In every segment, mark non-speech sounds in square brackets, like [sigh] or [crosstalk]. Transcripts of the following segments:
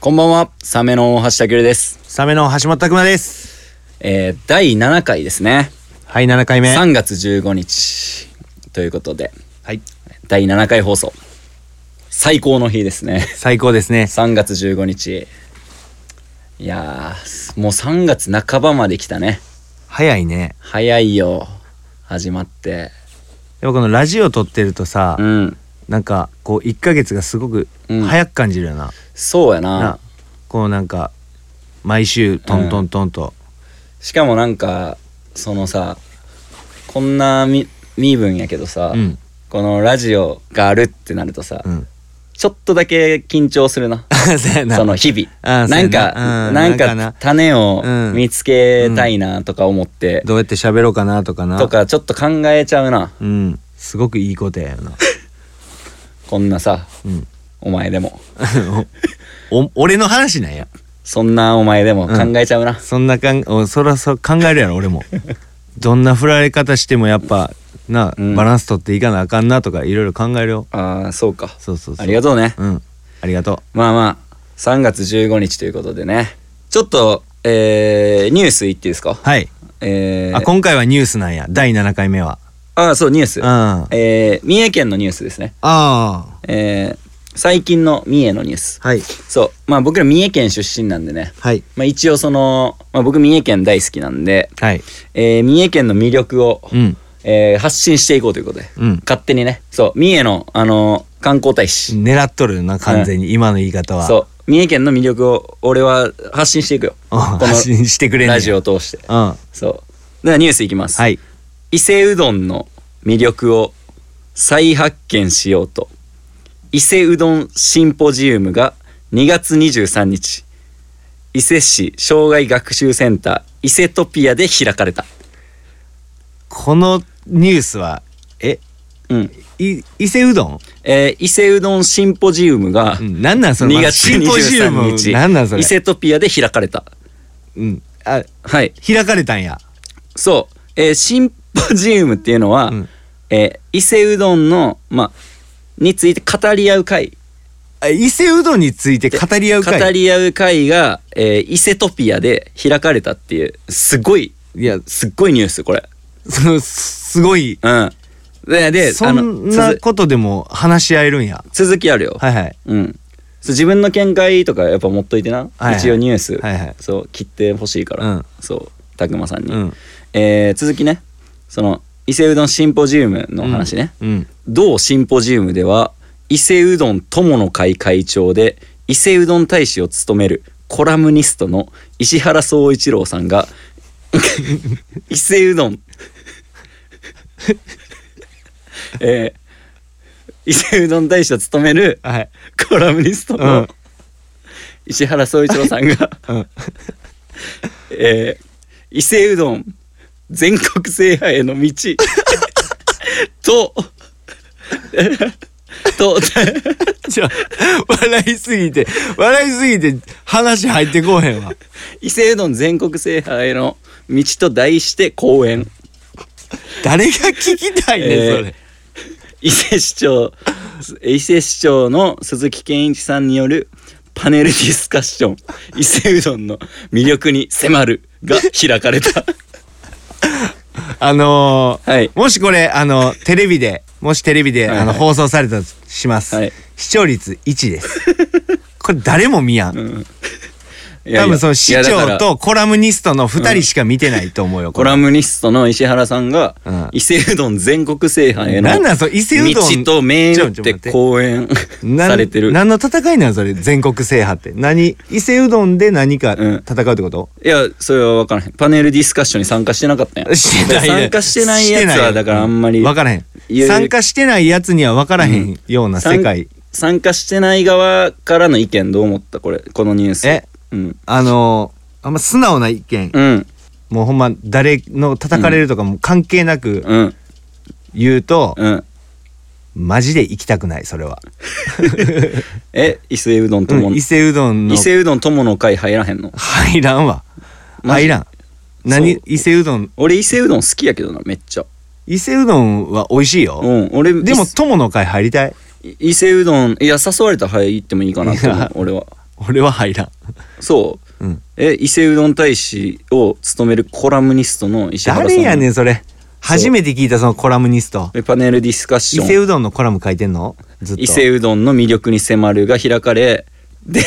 こんばんは、サメの大橋拓です。サメの橋本拓馬です。えー、第7回ですね。はい、7回目。 3月15日。ということで、はい。第7回放送。最高の日ですね。最高ですね。 3月15日。いやー、もう3月半ばまで来たね。早いね。早いよ。始まって。やっぱこのラジオ撮ってるとさ、うん。なんかこう1ヶ月がすごくうん早く感じるよな。そうやな。なこうなんか、毎週トントントンと。しかもなんか、そのさ、こんなみ身分やけどさ、うん。このラジオがあるってなるとさ、うん。ちょっとだけ緊張するな。 [laughs] そうやなその日々。あーそうなやんか、なうんなんなんかかな種をうん見つけたいなとか思って、 [laughs] どうやって喋ろうかなとかな。と。かちょっと考えちゃうな。うん。すごくいいことやよ [laughs] な。こんなさ、うん。お前でも。お俺の話なんや。そんなお前でも考えちゃうな。そんなかんおそらそら考えるやろ俺 [laughs] もどんな振られ方してもやっぱな、うんバランス取っていかなあかんなとかいろいろ考えるよああ、そうか。そうそうそうありがとうね。うんありがとまあまあ、3月15日ということでね。ちょっと、えー、ニュースいっていいですかうはい、えー、あ今回はニュースなんや第7回目はあーそう、ニューうスん。あえー、三重県のニュースですね。あえー、最近の三重のニュース。はいそう。まあ僕ら三重県出身なんでね。はいまあ、一応その、まあ、僕三重県大好きなんで、はいえー三重県の魅力を、うんえー発信していこうということで、うん勝手にねそう三重の、あのー観光大使、狙っとるな完全に、今の言い方はそう三重県の魅力を俺は発信していくようん発信してくれんねんラジオを通してうんはそうではニュースいきます、い伊勢うどんの魅力を再発見しようと伊勢うどんシンポジウムが2月23日伊勢市障害学習センター伊勢トピアで開かれたこのニュースはえうん、い伊勢うどん、えー伊勢うどんシンポジウムがうん、なんなんその2月シンポジウム23日なんなんそれ伊勢トピアで開かれたうんあはい開かれたんやそう、えーシンポジウムっていうのは、うんえー伊勢うどんのまあについて語り合う会あ伊勢うどんについて語り合う会語り合う会が、えー伊勢トピアで開かれたっていうすごいいやすっごいニュースこれそのすごいうんででそんあのなつづことでも話し合えるんや続きあるよ、はいはいうんそう自分の見解とかやっぱ持っといてな、はい一応ニュース、はいはいそう切ってほしいから、うんそうたくまさんに、うんえー続きねその伊勢うどんシンポジウムの話ね、うん同シンポジウムでは伊勢うどん友の会会長で伊勢うどん大使を務めるコラムニストの石原総一郎さんが [laughs] 伊勢うどん [laughs] えー伊勢うどん大使を務めるはいコラムニストうのん石原総一郎さんが、 [laughs] うんえー伊勢うどん全国制覇への道 [laughs] と [laughs] とじゃ笑いすぎて笑いすぎて話入ってこうへんわ伊勢うどん全国制覇への道と題して講演誰が聞きたいねんえーそれ、伊勢市長伊勢市長の鈴木健一さんによるパネルディスカッション伊勢うどんの魅力に迫るが開かれたあのーはいもしこれあのテレビでもしテレビで、はいはいあの放送されたとします、はい視聴率1です [laughs] これ誰も見やん、いやいや [laughs] 多分その市いやだから長とコラムニストの2人しか見てないと思うよ、こコれラムニストの石原さんが、うん伊勢うどん全国制覇へのなんなんその伊勢うどん道と銘打っちょちょ待ってて講演なんされてる何の戦いなんそれ全国制覇って何伊勢うどんで何かうん戦うってこと、いやそれは分からへんパネルディスカッションに参加してなかったんやしてないね参加してないやつはだからあんまり分からへんいや参加してないやつには分からへんような世界、参参加してない側からの意見どう思ったこれこのニュースえうんあのーあんま素直な意見、うんもうほんま誰の叩かれるとかも関係なくうん言うと、うんマジで行きたくないそれは、え伊勢うどんとも、うん伊勢うどんの伊勢うどん友の会入らへんの入らんわマジ入らんそう何伊勢うどん俺伊勢うどん好きやけどなめっちゃ伊勢うどんは美味しいよ、うん俺でも友の会入りたい伊勢うどんいや誘われたら入ってもいいかなと思う俺は俺は入らんそううんえ伊勢うどん大使を務めるコラムニストの石原さん誰やねんそれ初めて聞いたそのコラムニストでパネルディスカッシ伊ョン勢うどんのコラム書いてんのずっと伊勢うどんの魅力に迫るが開かれで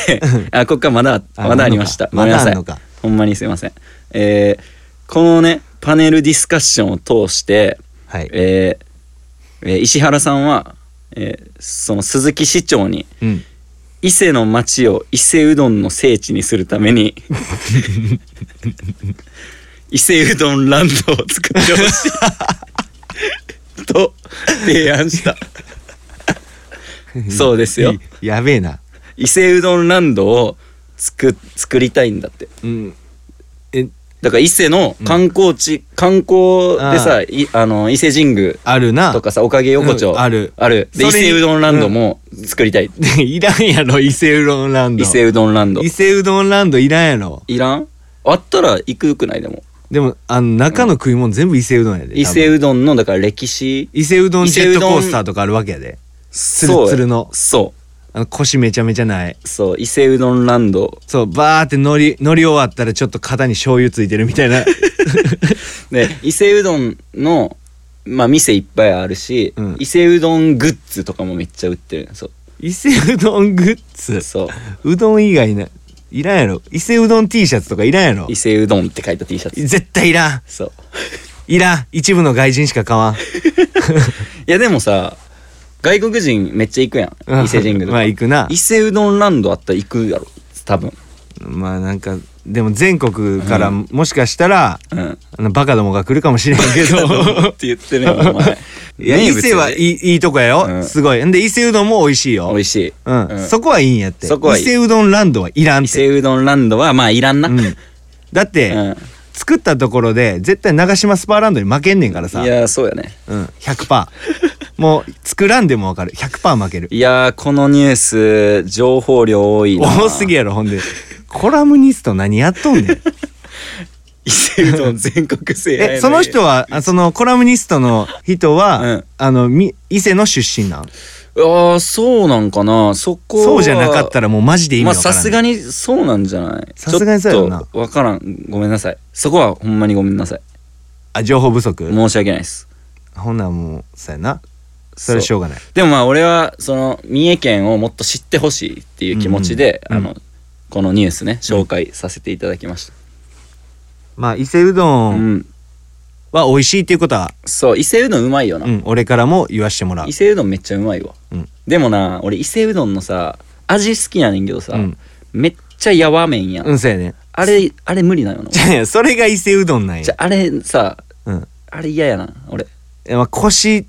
あこっからまだあまだありましたごまめんなだあさんいのかほんまにすいませんえーこのねパネルディスカッションを通して、はいえーえー石原さんは、えーその鈴木市長にうん伊勢の町を伊勢うどんの聖地にするため [laughs] に伊勢うどんランドを作ってほしいと提案 [laughs] したそうですよいやべえな伊勢うどんランドを作作りたいんだってうんえだから伊勢の観光地、観光でさあいあの伊勢神宮あるなとかさおかげ横丁、うんあるあるで伊それ勢うどんランドも作りたい、 [laughs] いらんやろ伊勢うどんランド伊勢うどんランド伊勢うどんランドいらんやろいらんあったら行くくないでもでもあの中の食い物全部伊勢うどんやで伊勢多分うどんのだから歴史伊勢うどん伊ジ勢ェうどッんトコースターとかあるわけやでつるつるのそあの腰めちゃめちゃないうそう伊勢うどんランドそうバーって乗り乗り終わったらちょっと肩に醤油ついてるみ [laughs] たいなで [laughs] 伊勢うどんのまあ店いっぱいあるし、うん伊勢うどんグッズとかもめっちゃ売ってるそう伊勢うどんグッズ [laughs] そううどん以外ないらんやろ伊勢うどん T シャツとかいらんやろ伊勢うどんって書いた T シャツ絶対いらんそういらん一部の外人しか買わんいやでもさ外国人めっちゃ行くやう [laughs] んん伊勢神宮とかまあ行くな伊勢うどんランドあったら行くやろ多分まあなんかでも全国からもしかしたら、うんあのバカどもが来るかもしれん [laughs] けどって言ってねお前いや伊勢はいいいいいとこやよ、うんすごいんで伊勢うどんも美味しいよ美味しい、うんそこはいいんやってそこはいい伊勢うどんランドはいらんっ伊て、勢うどんランドはまあいらんな、うん、だって、うん作ったところで絶対長島スパーランドに負けんねんからさいやーそうやねうん、100%もう作らんでもわかる100%負けるいやーこのニュース情報量多いな多すぎやろほんでコラムニスト何やっとん [laughs] ねん伊勢うどん全国制覇やね [laughs] えその人はあそのコラムニストの人は、うんあのみ伊勢の出身なんああそうなんかなそこはそうじゃなかったらもうマジで意ま味わあからさんすがにそうなんじゃないさすがにそうやろなちょっとわからんごめんなさいそこはほんまにごめんなさいあ情報不足申し訳ないですほんならもうそうやなそれはしょうがないでもまあ俺はその三重県をもっと知ってほしいっていう気持ちで、うんうんあのこのニュースね紹介させていただきましまあ伊勢うどた、うんんは美味しいっていうことは、そう伊勢うどんうまいよな、うん、俺からも言わしてもらう伊勢うどんめっちゃうまいわ、うんでもな俺伊勢うどんのさ味好きやねんけどさ、うんめっちゃやわ麺やん、うんそうやねあれあれ無理なのじゃあそれが伊勢うどんなんじゃやあれさうんあれ嫌やな俺えまあ腰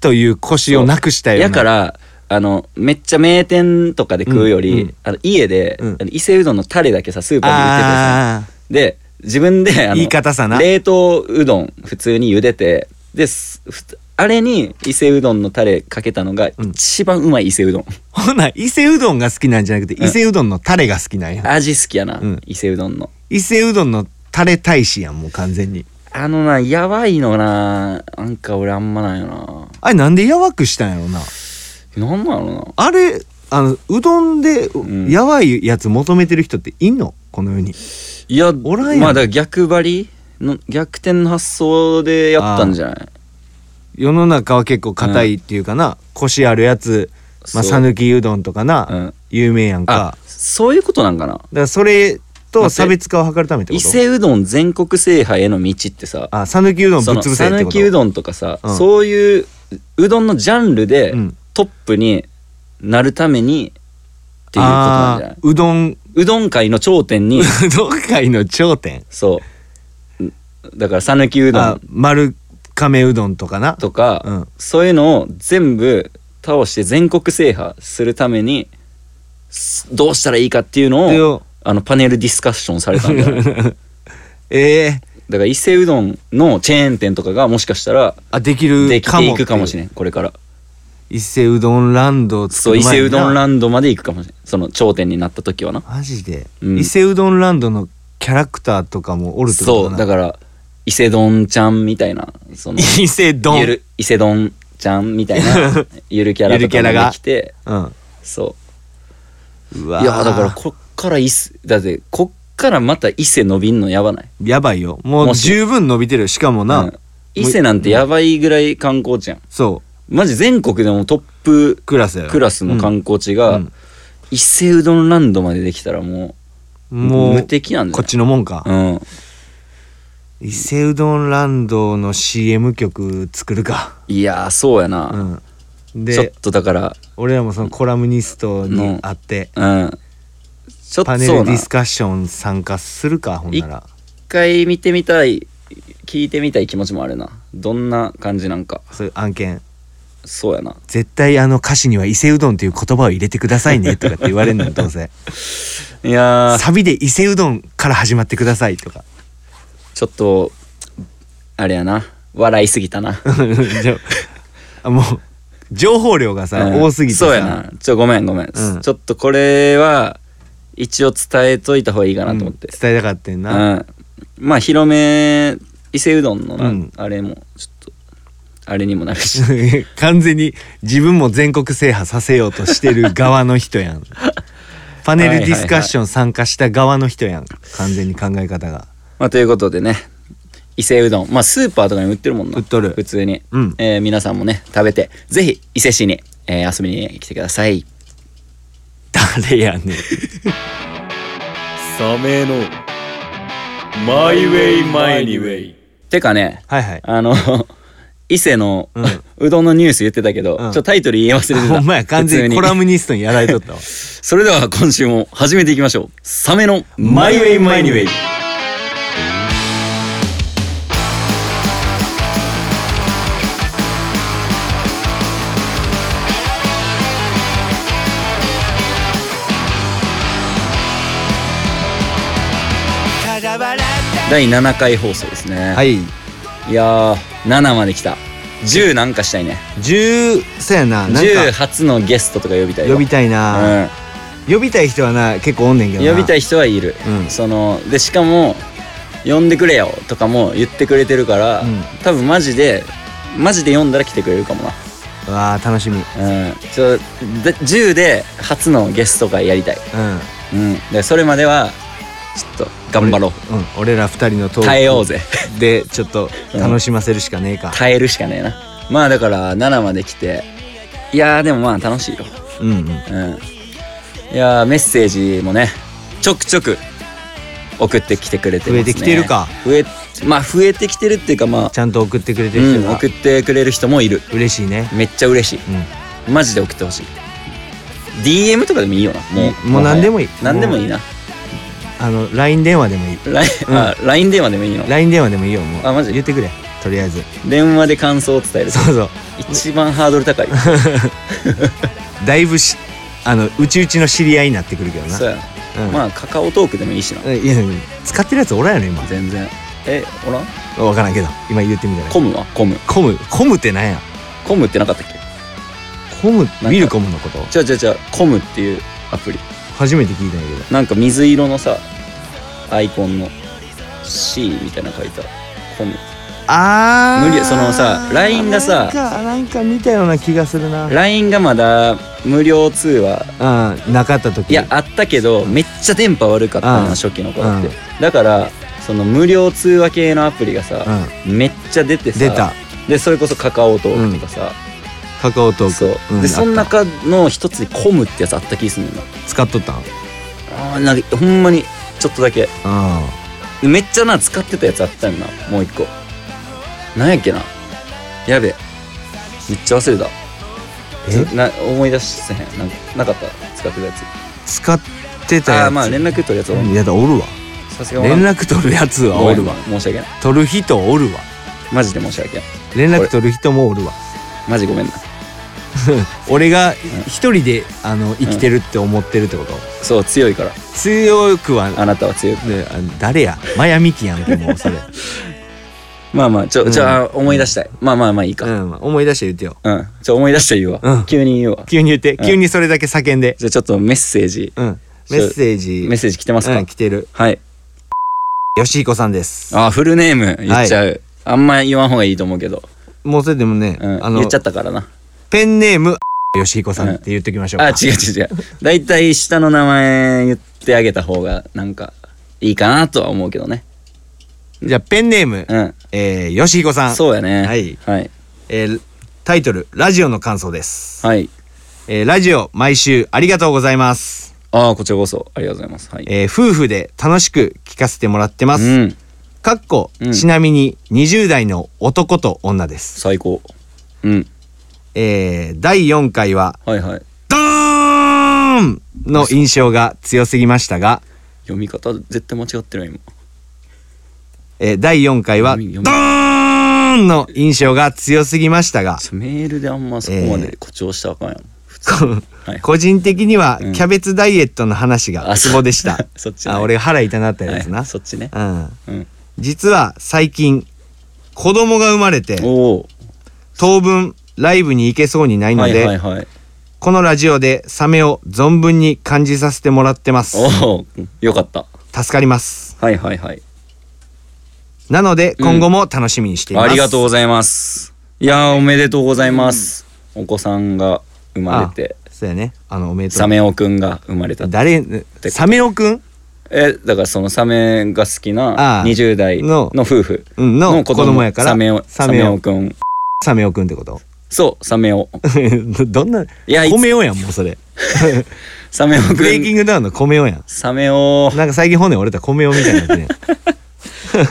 という腰をなくしたようなやからあのめっちゃ名店とかで食うより、うんうんあの家で、うんあの伊勢うどんのタレだけさスーパーに売っててさああで自分であの言い方さな冷凍うどん普通に茹でてですふあれに伊勢うどんのタレかけたのがうん一番うまい伊勢うどん、ほな伊 [laughs] 勢うどんが好きなんじゃなくてうん伊勢うどんのタレが好きなんや味好きやな、うん伊勢うどんの伊勢うどんのタレ大使やんもう完全にあのなやばいのななんか俺あんまないよあれなんでやわくしたんやろなななんなのなあれあのうどんでんやばいやつ求めてる人っていんのこの世にいやおらんやんまあだから逆張りの逆転の発想でやったんじゃない世の中は結構硬いっていうかな、腰あるやつまあそう讃岐うどんとかな、うん有名やんかあそういうことなんかなだからそれと差別化を図るためってこ伊と勢うどん全国制覇への道ってさあ讃岐うどんぶそっの潰せってこと讃岐うどんとかさ、うんそういううどんのジャンルでうんトップになるためにっていうことなんじゃないあーうどん [laughs] うどん界の頂点にうどん界の頂点そうだから讃岐うどあん丸亀うどんとかなとか、うんそういうのを全部倒して全国制覇するためにすどうしたらいいかっていうでのをよあのパネルディスカッションされたんじゃない [laughs] だかええら伊勢うどんのチェーン店とかがもしかしたらあできるできかてもいくかもしれれんこれから伊勢うどんランドをそ作うる伊前勢になうどんランドまで行くかもしれんその頂点になった時はなマジで、うん伊勢うどんランドのキャラクターとかもおるってことそうなだから伊勢丼ちゃんみたいなその伊勢どんゆる伊勢丼 [laughs] ちゃんみたいなゆるキャラゆるとキャかラがもできてうんそうわいやだからこっから伊勢だってこっからまた伊勢伸びんのやばないやばいよももうし十分伸びてるよしかもな、うん伊勢なんてやばいぐらい観光地やんそうマジ全国でもトップクラスやろクラスの観光地うがん伊勢うどんランドまでできたらもうも無う敵なんだこっちのもんか、うん伊勢うどんランドの CM 曲作るかいやーそうやなうんちょっでとだから俺らもそのコラムニストに会って、うんちょっパとネそうルなディ一スカッション参加するかほんなら回見てみたい聞いてみたい気持ちもあるなどんな感じなんかそういう案件そうやな絶対あの歌詞には伊勢うどんという言葉を入れてくださいねとかって言われるのよど [laughs] うせいやーサビで伊勢うどんから始まってください [laughs] とかちょっとあれやな笑いすぎたなじゃあもう情報量がさ、うん多すぎてさそうやなちょごめんごめん、うんちょっとこれは一応伝えといた方がいいかなと思ってうん、伝えたかったんうな、んまあ広め伊勢うどんのな、うんあれもちょっとあれにもなるし [laughs] [laughs] 完全に自分も全国制覇させようとしてる側の人 [laughs] やんパネルディスカッション参加した側の人やん完全に考え方がまあということでね伊勢うどんまあスーパーとかにも売ってるもんな売っとる普通に、うんえー皆さんもね食べてぜひ伊勢市に、えー遊びに来てください誰やねんサメのマイウェイマイニウェイてかねはいはいあの [laughs] 伊勢の、う [laughs] うんどんのニュース言ってたけど、ちうんょっとタイトル言え忘れてたほんまや完普通全にコラムニストにやられと [laughs] ったわそれでは今週も始めていきましょうサメのマイウェイマイニウェイ第7回放送ですね、はいい、やー7まで来た10なんかしたいね10そうやななん10か初のゲストとか呼びたいわ呼びたいな、うん呼びたい人はな結構おんねんけどな呼びたい人はいる、うんそのでしかも呼んでくれよとかも言ってくれてるから、うん多分マジでマジで読んだら来てくれるかもなわあ楽しみううんんちょで10で初のゲスト会やりたいうんでそれまではちょっと頑張ろううん俺ら二人のトーク耐えようぜでちょっと楽しませるしかねえか耐えるしかねえなまあだから7まで来ていやーでもまあ楽しいようんうんうんいやーメッセージもねちょくちょく送ってきてくれてます、ね、増えてきてるか増えまあ増えてきてるっていうかまあちゃんと送ってくれてうる人ん、が送ってくれる人もいる嬉しいねめっちゃ嬉しういマジで送ってほしい DM とかでもいいよなもうもう何でもいい何でもいいなあの LINE 電話でもいい LINE あ LINE 電話でもいいの LINE 電話でもいいよもうあマジ言ってくれとりあえず電話で感想を伝えるそうそう一番ハードル高いだいぶしあのうちうちの知り合いになってくるけどなそうやな、うんまあカカオトークでもいいしなうんいやでも使ってるやつおらんやろ今全然えおらん分からんけど今言ってみたらコムはコムコムコムってなんやコムってなかったっけコムウかィルコムのこと違う違う違うコムっていうアプリ初めて聞いたんやけなんか水色のさアイコンの C みたいなの書いたコムどあー無理そのさ LINE がさなんかなんか見たような気がするな LINE がまだ無料通話あーなかった時いやあったけどめっちゃ電波悪かったうんな初期の頃ってうんだからその無料通話系のアプリがさめっちゃ出てうんさ出たでそれこそカカオトークとかさカカオトークそううんでそのあっ中の一つにコムってやつあった気がするんだよた使っとったんうんなあーなんかほんまにちょっとだけでめっちゃな使ってたやつあったよなもう一個なんやっけなやべえめっちゃ忘れたえな思い出せへんなんかなかった使ってたやつ使ってたあやつあーまあ連絡取るやつはうんいやだおるわさすが連絡取るやつはおおるるわわ申し訳ない取る人おるわマジで申し訳ない連絡取る人もおるわマジごめんな俺が一人であの生きてるって思ってるってことそう強いから強くはあなたは強いであ誰やマヤミキやんけもうそ [laughs] れまあまあちょ、うんじゃあ思い出したいまあまあまあいいうかん思い出して言ってようん、ちょ思い出したら言うわ、うん急に言うわ急に言ってうん急にそれだけ叫んでじゃあちょっとメッセージうんメッセージメッセージ来てますか、うん来てるはいよしひこさんですあーフルネーム言っちゃう、あんま言わん方がいいと思うけど、もうそれでもねうん、あ言っのちゃったからなペンネームよしひこさんって言っておきましょうか、あ違う違う違うだいたい下の名前言ってあげた方がなんかいいかなとは思うけどねじゃあペンネーム、うんえーよしひこさんそうやねはいはいえータイトル「ラジオの感想」です、はいえーラジオ毎週ありがとうございます、ああこちらこそありがとうございますはいえー夫婦で楽しく聞かせてもらってます、うんかっこうんちなみに20代の男と女です、最高うんえー第4回ははいはい「ドーン!」の印象が強すぎましたが、読み方絶対間違ってるわ今えー第4回は「ド読みー読みン!」の印象が強すぎましたがちょメールであんまそこまで誇張したらあかんやん、こはい個人的にはうんキャベツダイエットの話がツボでした、 [laughs] そっちねあ俺腹痛なったやつはな、いそっちねうんうん実は最近子供が生まれておお当分ライブに行けそうにないのはいで、はいはいこのラジオでサメを存分に感じさせてもらってますおおよかった助かりますはいはいはいなのでうん今後も楽しみにしています、ありがとうございますいやーおめでとうございます、お子さんが生まれてあそうやねあのおめでとうサメオくんが生まれた誰サメオくんえだからそのサメが好きあなあ20代のの夫婦うんの子供やからサメオササメメオオくんサメオくんってこと [laughs] そうサメオどんないやいつ米オやんもう [laughs] それサメオくブレイキんングダウンの米オやんサメオなんか最近骨折れた米オみたいにな [laughs] ってね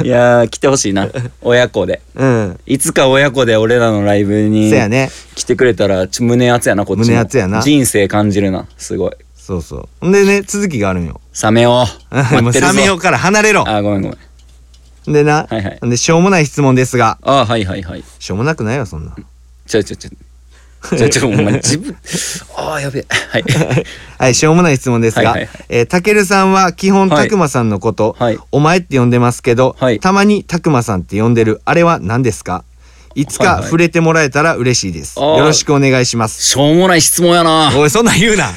いやー来てほしいな親子でうんいつか親子で俺らのライブにそうやね来てくれたらちょ胸熱やなこっちも胸熱やな人生感じるなすごいそうそうんでね続きがあるんよサメオも [laughs] 待うってるぞ [laughs] サメオから離れろあごめんごめんでな、はいはいでしょうもない質問ですがあはいはいはいしょうもなくないよそんなちょちょちょちょちょお前自分あーやべえ [laughs] はいはいしょうもない質問ですがはいはいはいえーたけるさんは基本はいたくまさんのこと、はいお前って呼んでますけど、はいたまにたくまさんって呼んでるあれは何ですかいつはいかはい触れてもらえたら嬉しいです、あーよろしくお願いしますしょうもない質問やなおいそんなん言 [laughs] うな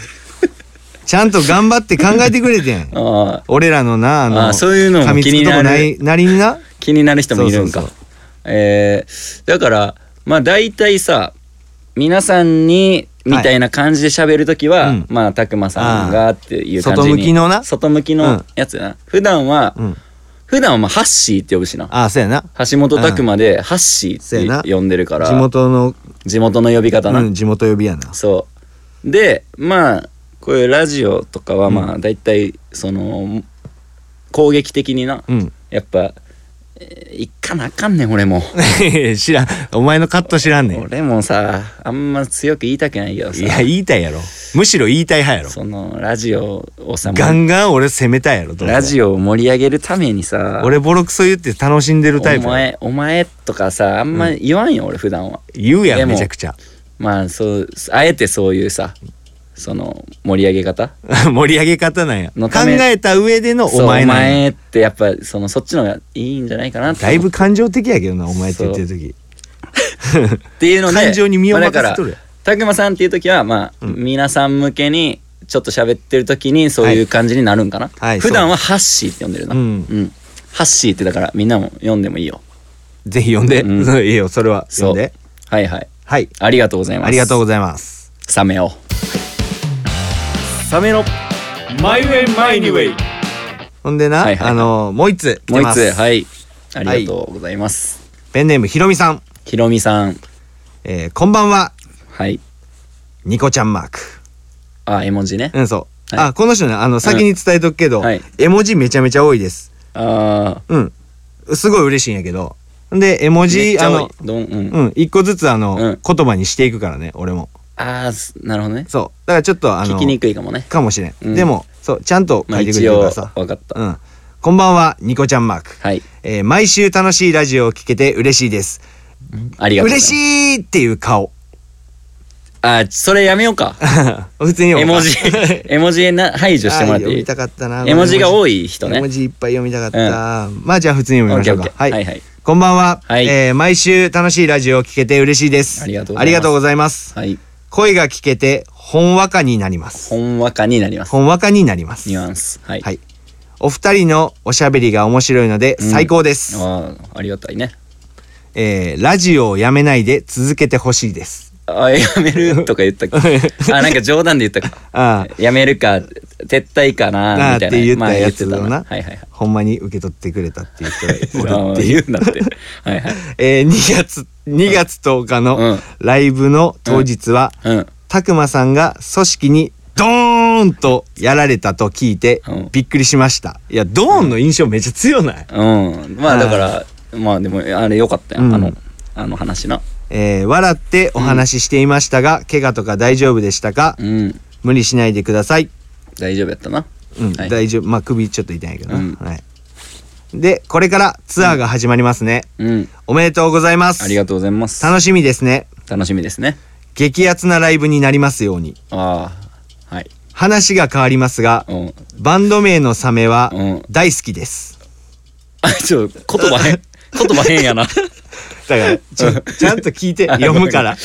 ちゃんと頑張って考えてくれてんあー俺らのなあのあーそういうのも噛みつくとこな気いになりにな気になる人もいるんかそうそうえーだからまあ大体さ皆さんにみたいな感じで喋るときは、うんまあ拓磨さんがっていう感じに外向きのな外向きうんのやつやな、普段は、うん普段はまあハッシーって呼ぶしなああそうやな橋本拓磨でハッシそうやーなって呼んでるから地元の、地元の呼び方な、うん、地元呼びやなそうでまあこういうラジオとかはまあ大体その攻撃的にな、うん [laughs] やっぱえー行かなあかんねん俺も知らんお前のカット知らんねん俺もさあんま強く言いたくないけどいやさ言いたいやろ [laughs] むしろ言いたい派やろそのラジオをさガンガン俺攻めたいやろラジオオを盛り上げるためにさ俺ボロクソ言って楽しんでるタイプお前お前とかさあんま言わんよ、俺普段は言うやでんもめちゃくちゃ [laughs] まあそうあえてそういうさその盛り上げ方盛り上げ方なんや考のためえた上でのそうお前おなんや前ってやっぱそのそっちの方がいいんじゃないかなってだいぶ感情的やけどなお前って言ってる時っていうので感情に身をまあ任せとるだから拓磨さんっていう時はまあ、皆さん向けにちょっと喋ってる時にそういう感じになるんかな、はいはい普段はハッシーって呼んでるな、うんハッシーってだからみんなも読んでもいいよぜひ呼んで、うん [laughs] そういいよそれはそう呼んではいはいはいありがとうございますありがとうごうざいますサメをサメのマイウェイマイニウェイほんでな、はいはいあのもう一つ来もてうま一すつはいありがとうございます、ペンネームひろみさん、ひろみさんえーこんばんははいニコちゃんマークあ絵文字ね、うんそう、はいあこの人ねあの先に伝えとくけど、はい絵文字めちゃめちゃ多いですあうん。すごい嬉しいんやけど。で、絵文あ字、あの、どん、うんうん、一個ずつあの、うん言葉にしていくからね、俺も。ああすなるほどねそう。だからちょっとあの、聞きにくいかもねかもしれん,、うんでも、そう、ちゃんとま書あいてく一れる応からわさ。かった、うん。こんばんは、ニコちゃんマーク。はいえー毎週楽しいラジオを聞けて嬉しいです。ありがとうございま嬉すしいっていう顔。あ、それやめようか。普通に絵読む、文字 [laughs] 絵文字な排除してもらってあー読いみいたかったな。絵文字が多いい人ね。絵オ文ッ字いっぱい読みたかった。まあじゃあ普通に読みましケーょオうッケか。ー。はいはい。こんばんは、はいえー毎週楽しいラジオを聞けて嬉しいです。ありがとうございますありがとうございます。はい。声が聞けて、ほんわかになります。ほんわかになります。ほんわかになります。ニュアンス。はい。はい。お二人のおしゃべりが面白いので、うん最高です、ああ、ありがたいね。えーラジオをやめないで続けてほしいです。あやめるとか言ったっ [laughs] けあなんか冗談で言ったかあやめるか撤退かあなあみたっいなて言っまあたやつ言っだてたな、はいはいはいほんまに受け取ってくれたっていう人がお [laughs] るあってーい言ううなってはいはいえー、2月2月10日うのんライブの当日は、うんたくまさんが組織にドーンとやられたと聞いてうんびっくりしましたいやドーンの印象めっちゃ強ない、うん、まあだからまあでもあれ良かったよ、うんあのあの話なえー笑ってお話ししていましたが、怪我とか大丈夫でしたか、うん無理しないでください、大丈夫やったなうんはい大丈夫まあ首ちょっと痛いけどな、うんはい、でこれからツアーが始まりますね、うんおめでとうございますありがとうございます楽しみですね楽しみですね激アツなライブになりますようにああはい話が変わりますがうん [laughs] バンド名のサメはうん大好きです、あちょっと言葉変 [laughs] 言葉変 [laughs] やなちょだからちょちゃんと [laughs] 聞いてあ読むからっ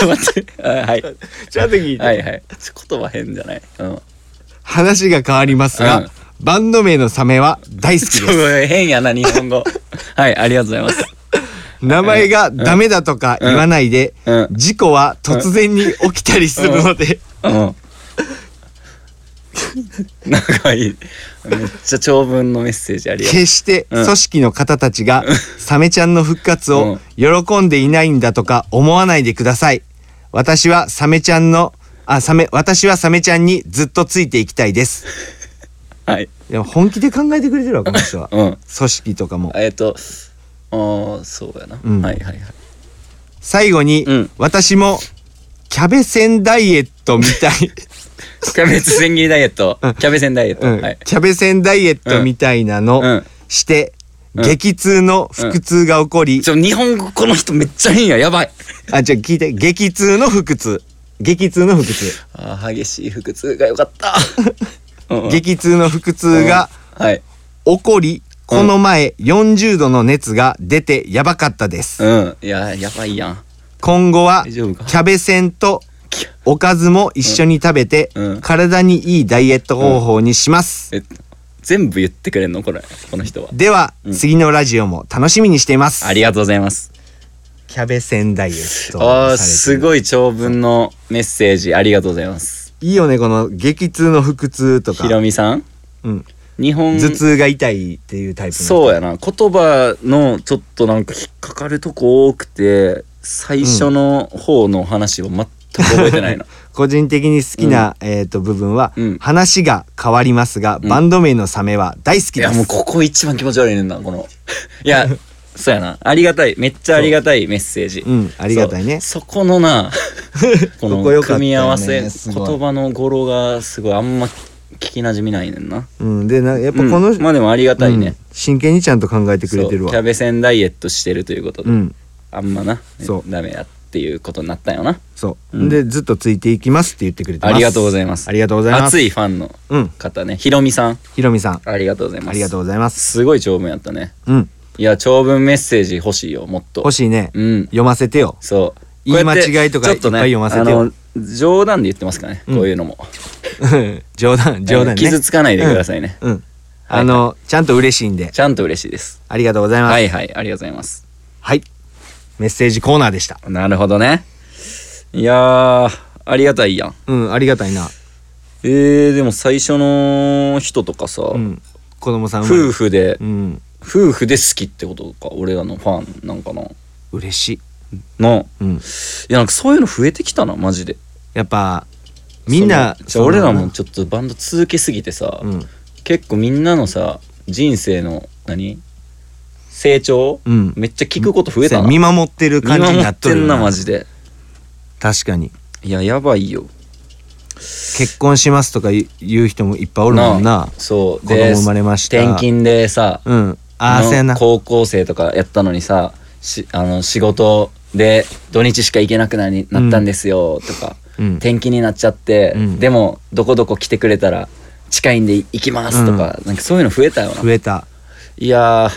と待ってあはいちゃんと聞いて、はいはいちょ言葉変じゃないうん話が変わりますが、うんバンド名のサメは大好きちょ [laughs] です変やな日本語はいありがとうございます名前がダメだとか言わないで、うん事故は突然に起きたりするので、うんなんかいいめっちゃ長文のメッセージありがとう決して組織の方たちがサメちゃんの復活を喜んでいないんだとか思わないでください私はサメちゃんのあサメ私はサメちゃんにずっとついていきたいですはいいや本気で考えてくれてるわこの人は組うん織とかもえっとああそうやな、うんはいはいはい最後に、うん私もキャベセンダイエットみた [laughs] い、キャベツ千切りダイエットキャベセンダイエット、うんはいキャベセンダイエットみたいなうのんして、うん激痛の腹痛が起こり、ちょ日本語この人めっちゃ変ややばいあじゃあ聞いて激痛の腹痛激痛の腹痛あー激しい腹痛がよかった、 [laughs] うん激痛の腹痛がはい起こりこの前40度の熱が出てやばかったですうんいややばいやん [laughs] 今後は大キ丈夫かャベセンときゃおかずも一緒に食べてうん体にいいダイエット方法にしますえ全部言ってくれんのこれこの人はではうん次のラジオも楽しみにしていますありがとうございますキャベセンダイエットあーすいごい長文のメッセージありがとうございますいいよねこの激痛の腹痛とひろかみさんうん日本頭痛が痛いっていうタイプの人そうやな言葉のちょっとなんか引っかかるとこ多くて最初の方の話を全く覚えて [laughs] ないな、個人的に好きな、えー、と部分は、うん話が変わりますが、んバンド名のサメは大好きいでやすもうここ一番気持ち悪いねんなこのい [laughs] やそうやなありがたいめっちゃありがたいメッセージうんありがたいねそうそこの [laughs] なこのここ良かったよね組み合わせ、すごい言葉の語呂がすごいあんま聞きなじみないねんなうん、でなやっぱこの、うんまあでもありがたいね、うん真剣にちゃんと考えてくれてるそうキャわベセンダイエットしてるということで、うんあんまなそうダメやっていうことになったんよなそう、うんでずっとついていきますって言ってくれてますありがとうございますありがとうございます熱いファンのうん方ねひろみさんひろみさんありがとうございますありがとうございますすごい長文やったねうんいや長文メッセージ欲しいよもっと欲しいね、うん読ませてよそう言い間こうやって違いとかちょっとねいっぱい読ませてよあの冗談で言ってますからね、うんこういうのも冗談冗えー談ね、傷つかないでくださいね、うん、あの、ちゃんと嬉しいんでちゃんと嬉しいですありがとうございますはいはいありがとうございますはい、メッセージコーナーでしたなるほどねいやーありがたいやんうんありがたいなえー、でも最初の人とかさ、うん、子供さん夫婦婦で、うん夫婦で好きってことか俺らのファンなんかな嬉しい、のうん、いやなんかそういうの増えてきたなマジでやっぱみんなそのじゃあ俺らもそちょっとバンド続けすぎてさ、のうん結構みんなのさ人生の何成長、うんめっちゃ聞くこと増えたな見守ってる感じになっとる見守ってんなよマジで確かにいややばいよ結婚しますとか言う人もいっぱいおるもんなあそう子供生まれました転勤でさ、うんああのそうやな高校生とかやったのにさしあの仕事で土日しか行けなくなりなったんですよとか、うん転勤になっちゃって、うんでもどこどこ来てくれたら近いんで行きますとか、なんかそういうの増えたよな増えた [laughs] いやー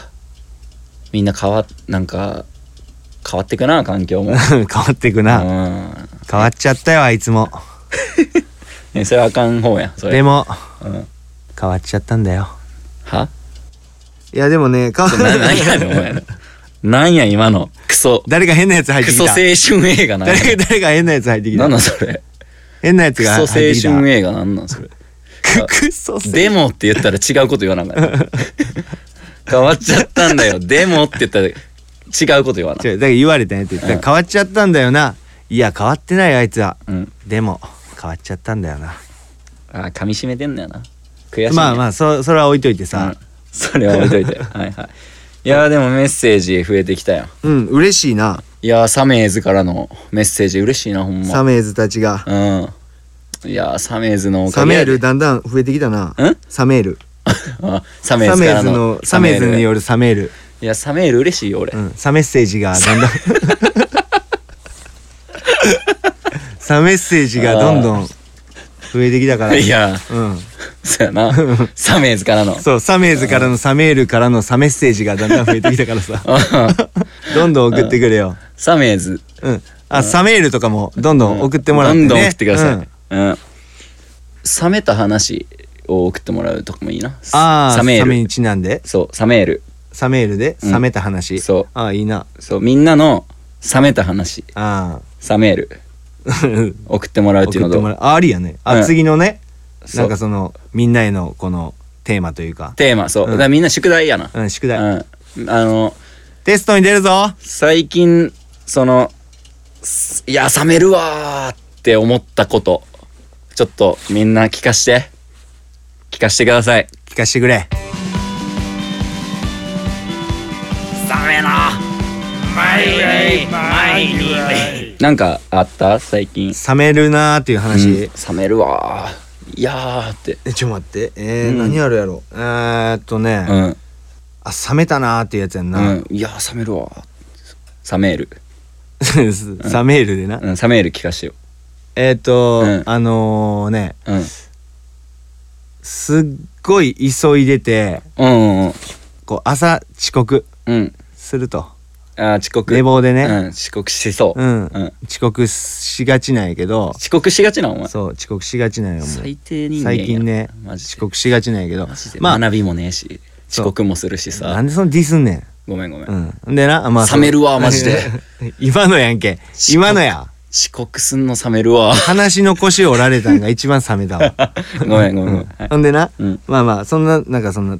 みんな変わなんか変わってくな環境 [laughs] も変わってくな、うん変わっちゃったよあいつもねそれはあかん方やそれでもうん変わっちゃったんだよはいやでもね変わな何やねんお前なんや今のクソ [laughs] 誰か変なやつ入っクてきソ青た春映画なんや誰か誰か変なやつ入ってきなたんなんそれ変なやつクがソ青入ってきた春映画なんなんそれく [laughs] クソ青でもって言ったら違うこと言わなあか [laughs] った変わっちゃったんだよでもって言ったら違うこと言わな違うだから言われたねって言ったら変わっちゃったんだよないや変わってないよあいつはうんでも変わっちゃったんだよなあー噛み締めてんだよな悔しいね、まあまあそそれは置いといてうさんそれは置いといて [laughs] はいはいいやーでもメッセージ増えてきたようん嬉しいないやーサメーズからのメッセージ嬉しいなほんまサメーズたちがうんいやーサメーズのおかサげメやーでルだんだん増えてきたなんサメール [laughs] あサメーサズかメーらズのサメーズによるるサメールいやサメール嬉しいよ俺、うんサメッセージがだ [laughs] んだんサメッセージがどんどん増えてきたからいやうんそうや [laughs] なサメーズからのそうサメーズからのサメールからのサメッセージがだんだん増えてきたか [laughs] らさどんどん送ってくれよ [laughs] サメーズうんあサメールとかもどんどん送ってもらってねどんどん送ってください、ううんん冷めた話を送ってもらうとかもいいなああササメメールにちなんでそうサメールサメールでうん冷めた話そうああいいなそうみんなの冷めた話あサメールあ [laughs] 送送ってもらうっていうっのてともらうあありやねあうん次のねそうなんかそのみんなへのこのテーマというかテーマそう、うんだからみんな宿題やな、うん宿う題んあのテストに出るぞ最近そのすいや冷めるわーって思ったことちょっとみんな聞かして聞かしてください聞かしてくれ冷めなマイウェイマイウェイなんかあった最近冷めるなーっていう話うん冷めるわーいやーってえちょっと待ってえうーん何あるやろえーっとねうんあ冷めたなーっていうやつやんう [laughs] なんいやー冷めるわー冷めるサメールでなうん冷める聞かしてよえーっとうんあのーねうんすっごい急いでてうんうんこう朝遅刻うんするとあー遅刻寝坊でね、うん遅刻しそううんうん遅刻しがちなんやけど遅刻しがちなお前そう遅刻しがちなんやもう最低人間や最近ねマジで遅刻しがちなんやけどマジでまあ学びもねえしそ遅う刻もするしなさんでそのディスんねごめんごめん、んうんんでなまあ冷めるわマジで [laughs] 今のやんけ刻今のや遅刻すんの冷める [laughs] わ話の腰折られたんが一番冷めたわ [laughs] ごめんごめんごめん、うんはいほんでなうんまあまあそんななんかそんな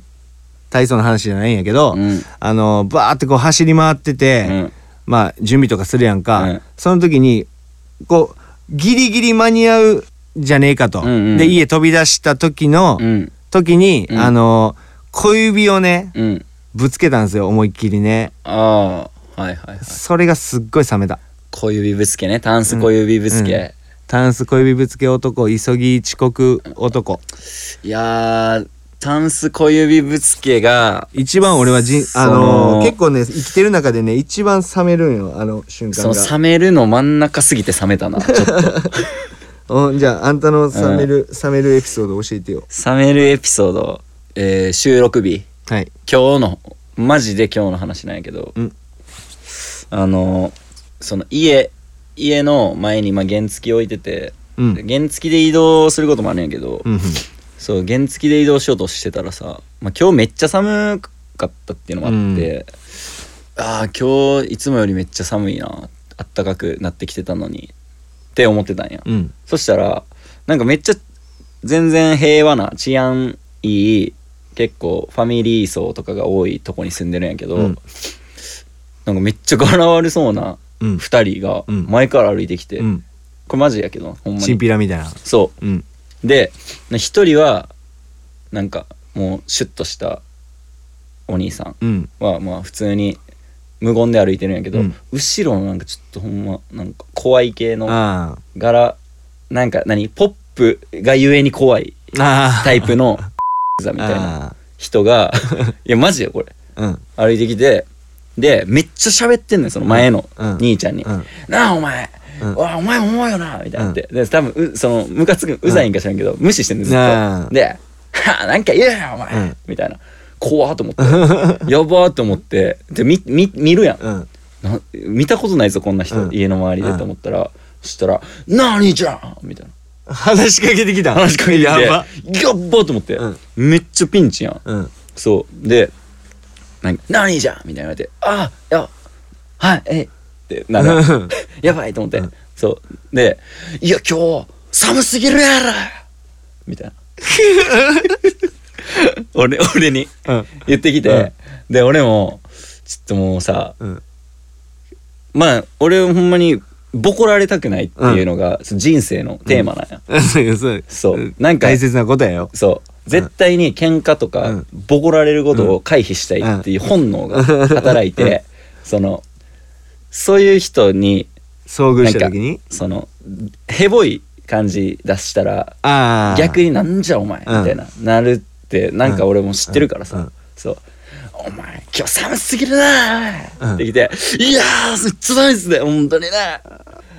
大層な話じゃないんやけど、うんあのバーってこう走り回ってて、うんまあ準備とかするやんか、うんその時にこうギリギリ間に合うじゃねえかと、うんうんで家飛び出した時の、うん時に、うんあの小指をねうんぶつけたんですよ思いっきりねああはいはいはいそれがすっごい冷めた小指ぶつけねタンス小指ぶつけ、うんうタンス小指ぶつけ男急ぎ遅刻男いやータンス小指ぶつけが一番俺はじんあそのの結構ね生きてる中でね一番冷めるんよあの瞬間そがの冷めるの真ん中すぎて冷めたなちょっとおじゃああんたの冷める、冷めるエピソード教えてよ冷めるエピソード、えー収録日はい今日のマジで今日の話なんやけど、うんあのその家家の前にまあ原付置いてて、うんで原付で移動することもあるんやけど、うんうんそう原付で移動しようとしてたらさ、まあ、今日めっちゃ寒かったっていうのもあって、ああ今日いつもよりめっちゃ寒いなあったかくなってきてたのにって思ってたんや、うんそしたらなんかめっちゃ全然平和な治安いい結構ファミリー層とかが多いとこに住んでるんやけど、うんなんかめっちゃ柄悪そうなうん2人がうん前から歩いてきて、うんこれマジやけどほんまチンにピラみたいなそうんうで1人はなんかもうシュッとしたお兄さんうんはまあ普通に無言で歩いてるんやけど、うん後ろのなんかちょっとほんまなんか怖い系のあ柄なんか何ポップがゆえに怖いーあタイプのザみたいなあ人 [laughs] がいやマジよこれーうん歩いてきてでめっちゃ喋ってんねんその前のうん兄ちゃんに「うんなあお前、うんわあお前も思うよな」みたいなって、で多分うそのムカつくうざいんか知らんけど、無視してんねんずっうんとで「はあなんか言えよお前、うんみたいな怖っと思って [laughs] やばーと思ってで見見見るやんうんな見たことないぞこんな人、うん家の周りでと思ったら、そしたら「なあ兄ちゃん!」みたいな話しかけてきた話しかけてきてやばやっばと思って、うんめっちゃピンチやんうんそうで「なんか何じゃん!」みたいな言われて「あいやはいえいってなる [laughs] やばいと思って、そうで「いや今日寒すぎるやろ!」み [laughs] たいな俺俺にうん言ってきて、で俺もちょっともうさうんまあ俺ほんまにボコられたくないっていうのが、そう人生のテーマなんや、そうそうなんか大切なことやよそう絶対に喧嘩とか、うんボコられることを回避したいっていう本能が働いて、そのそういう人に遭遇した時にそのヘボい感じ出したらああ逆になんじゃお前みうんたいな、なるってなんか俺も知ってるからさ、うんうんそうお前今日寒すぎるなうんーって来て「いやーめっちゃ寒いっすね本当にな」っ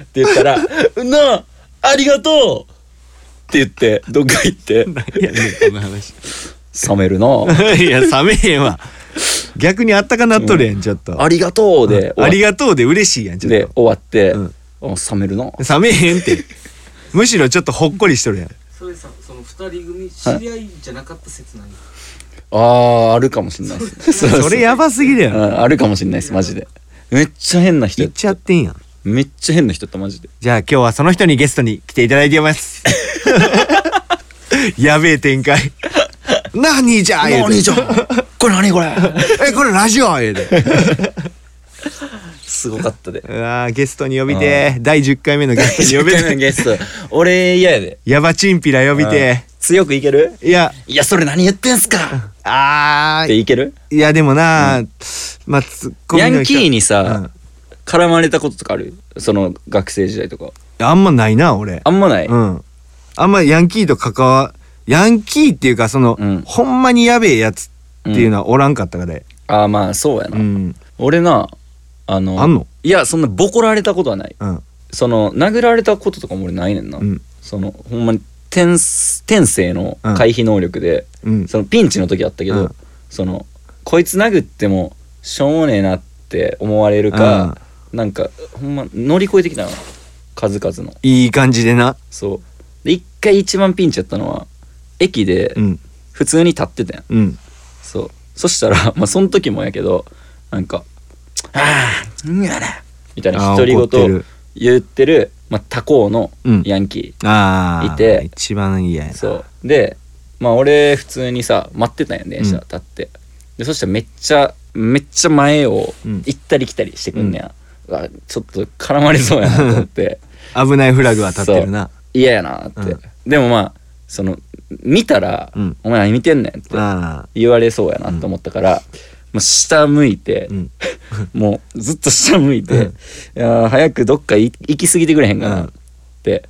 て言った [laughs] ら「なあありがとう!」って言ってどっか行っていやねこの話冷めるなぁいや冷めへんわ逆にあったかなっとるやんちょっ [laughs] とありがとうで終わあっりがとうで嬉しいやんちょでっ終わって、うんあ冷めるなぁと冷めへんってむしろちょっとほっこりしとるやんそれさその二人組知り合いじゃなかった説ないあーあるかもしんない [laughs] ですねううそれやばすぎるやうんんあるかもしんないですマジでめっちゃ変な人言やっちゃってんやんめっちゃ変な人だったマジでじゃあ今日はその人にゲストに来ていただいてます [laughs] やべえ展開何じゃあ言うて何 [laughs] じゃんこれ何これえこれラジオ言うて [laughs] すごかったでうわーゲストに呼びてー第10回目のゲストに呼び10回目のてゲスト俺嫌やでヤバチンピラ呼びて強くいけるーいやいやそれ何言ってんすかあってーいけるいやでもなー、まあツッコミヤのンキーにうさん絡まれたこととかあるその学生時代とかあんまないな俺あんまないうんあんまヤンキーと関わヤンキーっていうかその、うんほんまにやべえやつっていうのはおらんかったからでああまあそうやうなん俺なあのあんのいやそんなボコられたことはないうんその殴られたこととかも俺ないねんなうんそのほんまに天天性の回避能力でうんそのピンチの時あったけど、うんそのこいつ殴ってもしょうもねえなって思われるか、なんかほんま乗り越えてきたの数々のいい感じでなそうで一回一番ピンチやったのは駅でうん普通に立ってたやん、うんそうそしたら [laughs] まあその時もやけどなんか「ああうんやな」みたいなあー独り怒って言るを言ってる、まあ、他校のうんヤンキああいて一番嫌やー、なそうでまあ俺普通にさ待ってたんやん電車うん立って、でそしたらめっちゃめっちゃ前をうん行ったり来たりしてくんねや、うわちょっと絡まれそうやなと思って危ないフラグは [laughs] 立ってるな嫌やなって、うんでもまあその見たら、うんお前何見てんねん」ってああ言われそうやなと思ったから、もう下向いてう、ん [laughs] もうずっと下向いて、うんいやー早くどっかい行き過ぎてくれへんかうなんって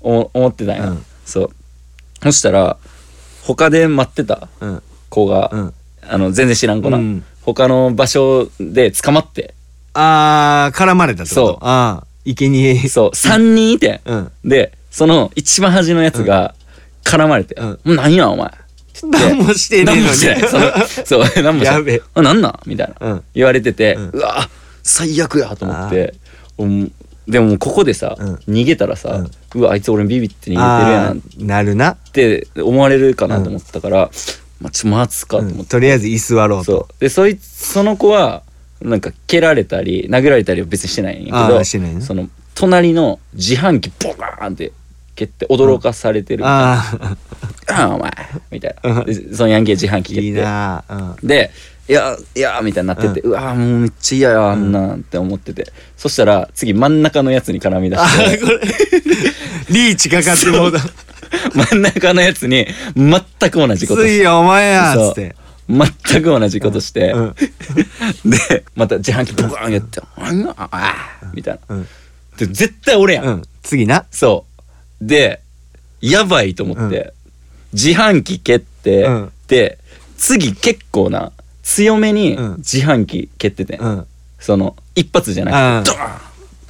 思思ってたんや、うんそうそしたら他で待ってたうん子が、うんあの全然知らん子な、うん他の場所で捕まってああ絡まれたってことそうああ生贄にそう3人いて、うんでその一番端のやつが絡まれて「うんもう何やお前」何もしてね何えのもにしてない [laughs] そのそう何もしてなやべいえあなんなんみたいな、うん言われてて、ううんわ最悪やと思ってうんでももうここでさ、うん逃げたらさ、うわあいつ俺にビビって逃げてるやあんっあなるなて思われるかなと思ってたから、まあ、ちょ待つかとう思ってん、とりあえず居座ろうそとうでそいつその子はなんか蹴られたり殴られたりは別にしてないんやけあどーしてないねその隣の自販機ボカーンって蹴って驚かされてる、あああお前みたいな、うんでそのヤンキーが自販あ機蹴っていいなあで「いやいや」みたいになってて「うわもうめっちゃ嫌やあんなん」って思ってて、そしたら次真ん中のやつに絡み出してうんリーチかかってもうた真ん中のやつに全く同「じことつしいやお前や」そっうつって全く同じことして、うんでまた自販機ボカーンやって「あんああ」みたいな、うんで絶対俺やん、うん次なそうでやばいと思って、自販機蹴って、うんで次結構な強めにうん自販機蹴ってて、うんその一発じゃなくて、あ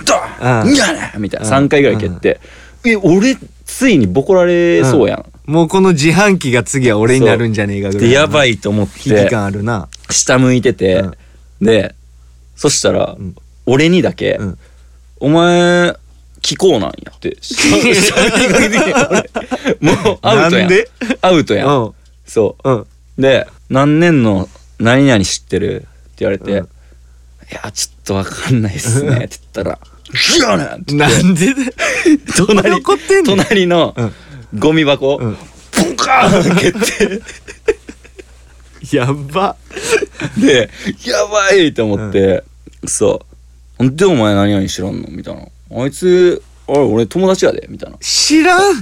ドーンドーうンんにゃーみたいなうん3回ぐらい蹴って、え俺ついにボコられそうやん、もうこの自販機が次は俺になるんじゃねえかぐらいでやばいいと思っ危機て感あるな下向いてて、でそしたら、ん俺にだけ、うんお前聞こうなんやってしゃ喋りかけてきて俺もうアウトやなんんでアウトうやんんそううんで「何年の何々知ってる?」って言われて「いやちょっとわかんないです [laughs] ね」って言ったら「ギャーな!」ってなんでだ隣怒ってんの隣のゴミ箱、んボカーン蹴 [laughs] ってやばで「やばい!」と思って、そう「なんでお前何々知らんの?」みたいな「あいつあれ俺友達やで」みたいな知らんあ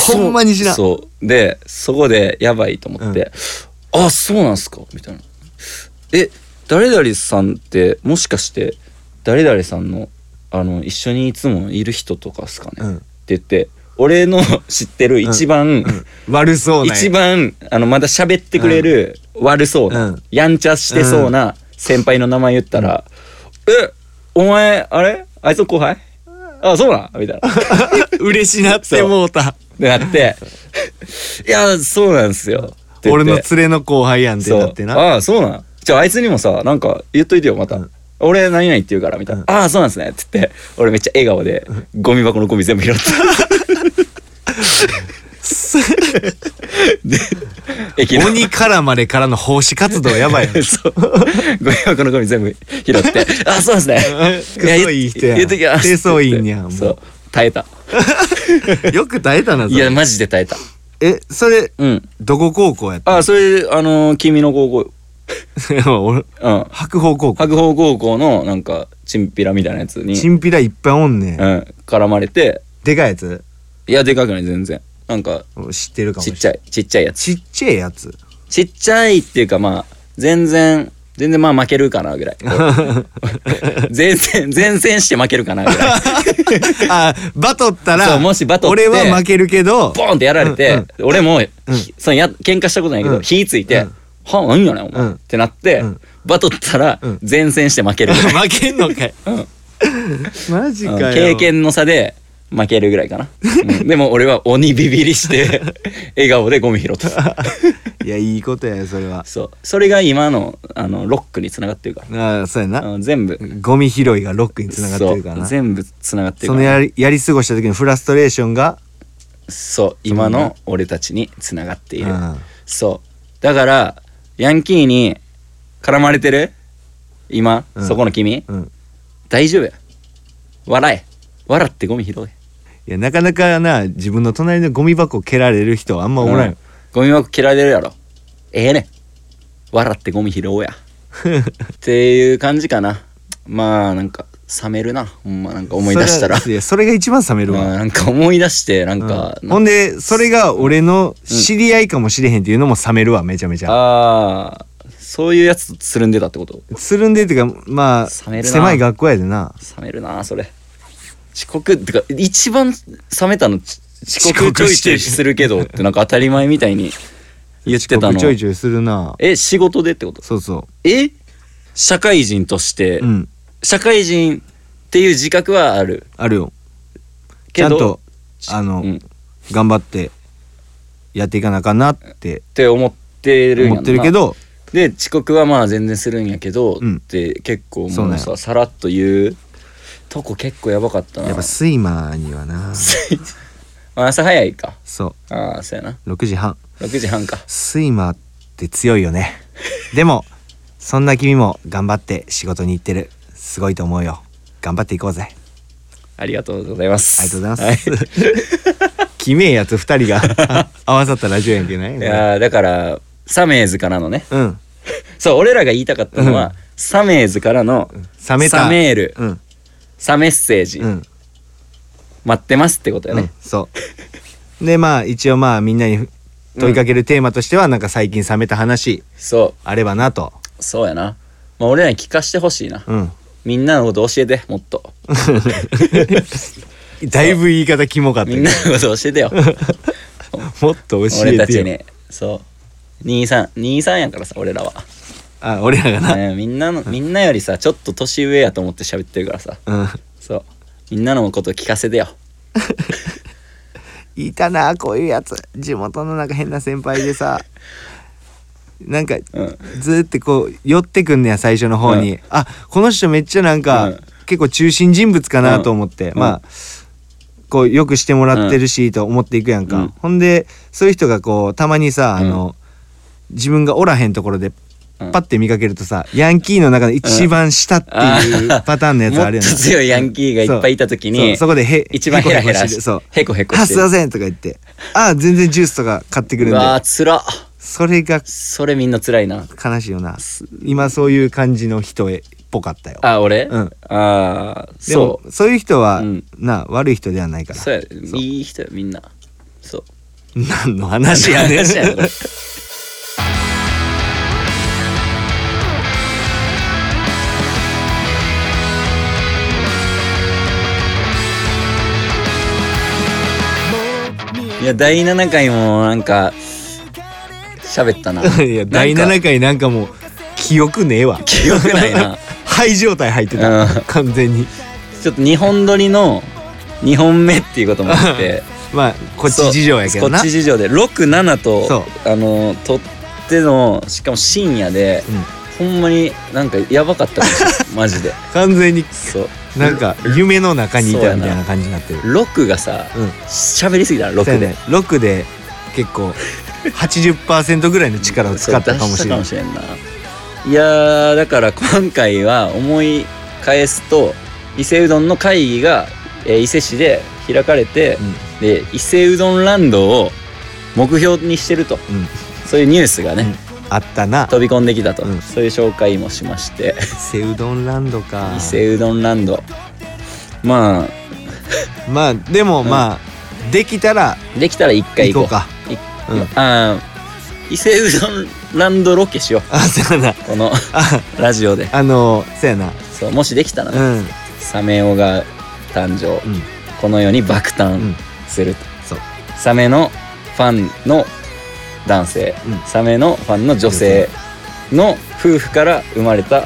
そうほんまに知らんそうでそこでやばいと思って「あそうなんすか」みたいな「え誰々さんってもしかして誰々さんのあの一緒にいつもいる人とかっすかね?うんって言って俺の [laughs] 知ってる一番、悪そうな一番あのまだ喋ってくれる悪そうな、うんやんちゃしてそうな先輩の名前言ったら「えお前あれあいつの後輩あそうなん?」みたいな。嬉しなってもうたってなって [laughs] 「いやそうなんですよ」って言って俺の連れの後輩やんってそうなってなああそうなんじゃああいつにもさなんか言っといてよまた、うん俺何々って言うからみたいな「ああそうなんですね」って言って俺めっちゃ笑顔でゴミ箱のゴミ全部拾ってで駅の鬼からまでからの奉仕活動や [laughs] ばいそうゴミ箱のゴミ全部拾って「ああそうなんですね」クソいい人やん言っときます手相いいんやんもうそう耐えたよく耐えたないそやれマジで耐えたえそれうんどこ高校やった [laughs] ああそれあのー君の高校俺うん白鵬高校白鵬高校のなんかチンピラみたいなやつに、チンピラいっぱいおんねんうん、絡まれてでかいやついやでかくない全然なんか知ってるかもちしっれないちゃいちっちゃいやつちっちゃいやつ [laughs] ちっちゃいっていうかまあ全然全然まあ負けるかなぐら [laughs] い前線前線して負けるかなぐ [laughs] らいあバトったそらうもしバトって俺は負けるけどボーンってやられて、うん俺も、そのや喧嘩したことないけど、うん火ついて「うんはあ何やねんお前、うんってなって、うんバトったらうん前線して負ける [laughs] ぐらい [laughs] 負けんのかい、マジ [laughs] うんかよ、経験の差で負けるぐらいかな、うんでも俺は鬼ビビりして [laughs] 笑顔でゴミ拾ってたいやいいことやよそれはそうそれが今のあのロックにつながってるかああそうやらなあの全部ゴミ拾いがロックにつながってるからそなうそ全部つながってるかのらやりやり過ごした時のフラストレーションがそう今の俺たちにつながっている、うんそうだからヤンキーに絡まれてる今、うんそこの君、うん大丈夫や笑え笑ってゴミ拾えいやなかなかな自分の隣のゴミ箱蹴られる人はあんまおらんうよん、ゴミ箱嫌いでるやろええねん笑ってゴミ拾おう [laughs] やっていう感じかなまあなんか冷めるなほんまなんか思い出したら [laughs] それはいやそれが一番冷めるまわ、あなんか思い出してなんか、うんほんでそれが俺の知り合いかもしれへんっていうのも冷めるわめちゃめちゃああそういうやつとつるんでたってことつるんでっていうかまあ冷めるな狭い学校やでな冷めるなそれ遅刻ってか一番冷めたのち遅刻ちょいちょいするけどってなんか当たり前みたいに言ってた遅刻のちょいちょいするなえ仕事でってことそうそえ社会人として、ううん社会人っていう自覚はあるあるよけちゃんどとあの、うん、っ頑張ってやっていかなあかんなってて思ってるんやん思なってるけどで遅刻はまあ全然するんやけど、うんって結構そうもなんうさやさらっと言うとこ結構やばかったなやっぱ睡魔にはな [laughs] まあ朝早いかそああそうやなう6時半6時半か睡魔って強いよねでもそんな君も頑張って仕事に行ってるすごいと思うよ頑張っていこうぜありがとうございますありがとうございます、 [laughs] きめえやつ二人が [laughs] あ合わさったラジオやんけない [laughs] いやーだからサメーズからのねうんそう俺らが言いたかったのは、うんサメーズからの冷めたサメール、うんサメッセージ、うん待ってますってことようんね、そうでまあ一応まあみんなに問いかけるテーマとしては、なんか最近冷めた話そあればなとうそうやなまあ俺らに聞かしてほしいな、うんみんなのこと教えてもっとだいぶ言い方キモかったみけんどなのこと教えて [laughs] よもっと教俺えたてちよにそう2323やからさ俺らは、あ俺らがな、ね、みんなのみんなよりさちょっと年上やと思って喋ってるからさうんそうみんなのこと聞かせてよいたなこういうやつ地元のなんか変な先輩でさなんかうんずーってこう寄ってくんねや最初の方に、あこの人めっちゃなんうか、ん結構中心人物かなと思って、うんまあこうよくしてもらってるしと思っていくやんか、うんほんでそういう人がこうたまにさあの、自分がおらへんところでうんパッて見かけるとさヤンキーの中で一番下っていうパターンのやつあるもっよねと強いヤンキーがいっぱいいた時そうにそこでへ一番ヘラヘラてしるそうへこへこあしてすいるませんとか言ってあ全然ジュースとか買ってくるんうでわーつらっそれがそれみんなつらいな悲しいよな今そういう感じの人っぽかったよあ俺、うんあーでもそうそういう人は、うんな悪い人ではないからそうやそういい人やみんなそう何の話やねん話やねこれいや第7回もなんか喋ったな [laughs] いや第なん7か回なんかもう記憶ねえわ記憶ないな [laughs] 肺状態入ってたうん完全に [laughs] ちょっと2本撮りの2本目っていうこともあってまあこっち事情やけどなそうこっち事情で67そとあの撮ってのしかも深夜で、うんほんまになんかやばかったかもしれ [laughs] んマジで完全にそうなんか夢の中にいそうやたなみたいな感じになってる6がさうん喋りすぎたな6で、 6で結構80%ぐらいの力を使ったかもしれないそう出したかもしれんないやーだから今回は思い返すと伊勢うどんの会議が、えー伊勢市で開かれて、で伊勢うどんランドを目標にしてるとうんうんそういうニュースがね、あったな飛び込んできたと、うんそういう紹介もしまして伊勢うどんランドか伊勢うどんランドまあまあでもまあ、できたらできたら一回行行ここううかいうんあー伊勢うどんランドロケしよあそうやなうこのあラジオであのそうやなそうもしできたらうねんうんサメオが誕生この世に爆う誕んすると、そうサメのファンの男性、うんサメのファンの女性の夫婦から生まれた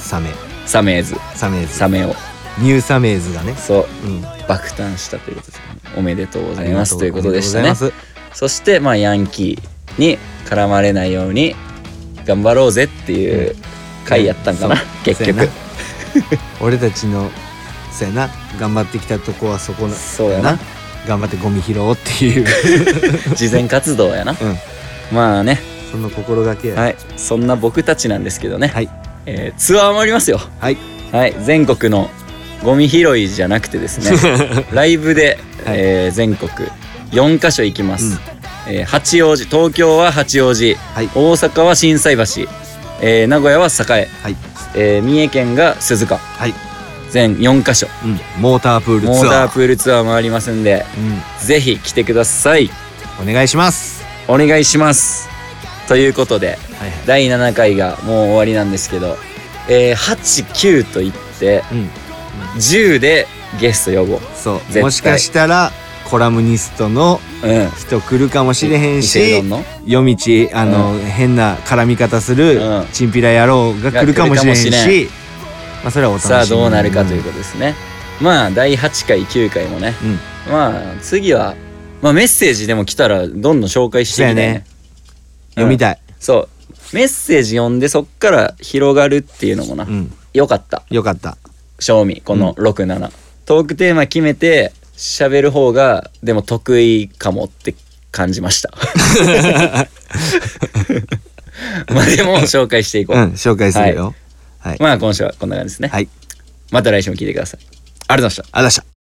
サメサメーズサメーズサメオニューサメーズがねそううん爆誕したということでおめでとうございますということでしたありねがとうございそしてまあヤンキーに絡まれないように頑張ろうぜっていう回やったんかな、そう結そうや局なます俺たちのそうやな頑張ってきたとこはそこなそうやな頑張ってゴミ拾おうっていう [laughs] 慈善活動やな、んまあねその心がけやはいそんな僕たちなんですけどね、はいえーツアーもありますよはいはい全国のゴミ拾いじゃなくてです [laughs] ねライブで、はいえー全国4カ所行きます、えー八王子東京は八王子、い大阪は心斎橋、えー名古屋は栄、はいえー三重県が鈴鹿はい全4カ所うんモータープールツアーモータープールツアーもありますんでぜひ来てくださいうんお願いしますお願いしますということではいは第7回がもう終わりなんですけど、えー、89と言っていうん10でゲスト呼ぼうそ絶う対もしかしたらコラムニストのうん人来るかもしれへん伊勢うどしんの夜道あの、変な絡み方するうんチンピラ野郎が来るかもしれへんし、が来るまあ、それはお楽しみさあどうなるかということですね、まあ第8回9回もね、うんまあ次は、まあ、メッセージでも来たらどんどん紹介していきたいそうやねね読みたい、そうメッセージ読んでそっから広がるっていうのもな、うん、よかったよかった賞味この67、トークテーマ決めて喋る方がでも得意かもって感じま [laughs] したまあでも紹介していこうう、ん紹介するよはい、まあ今週はこんな感じですね、はい、また来週も聞いてくださいありがとうございましたありがとうございました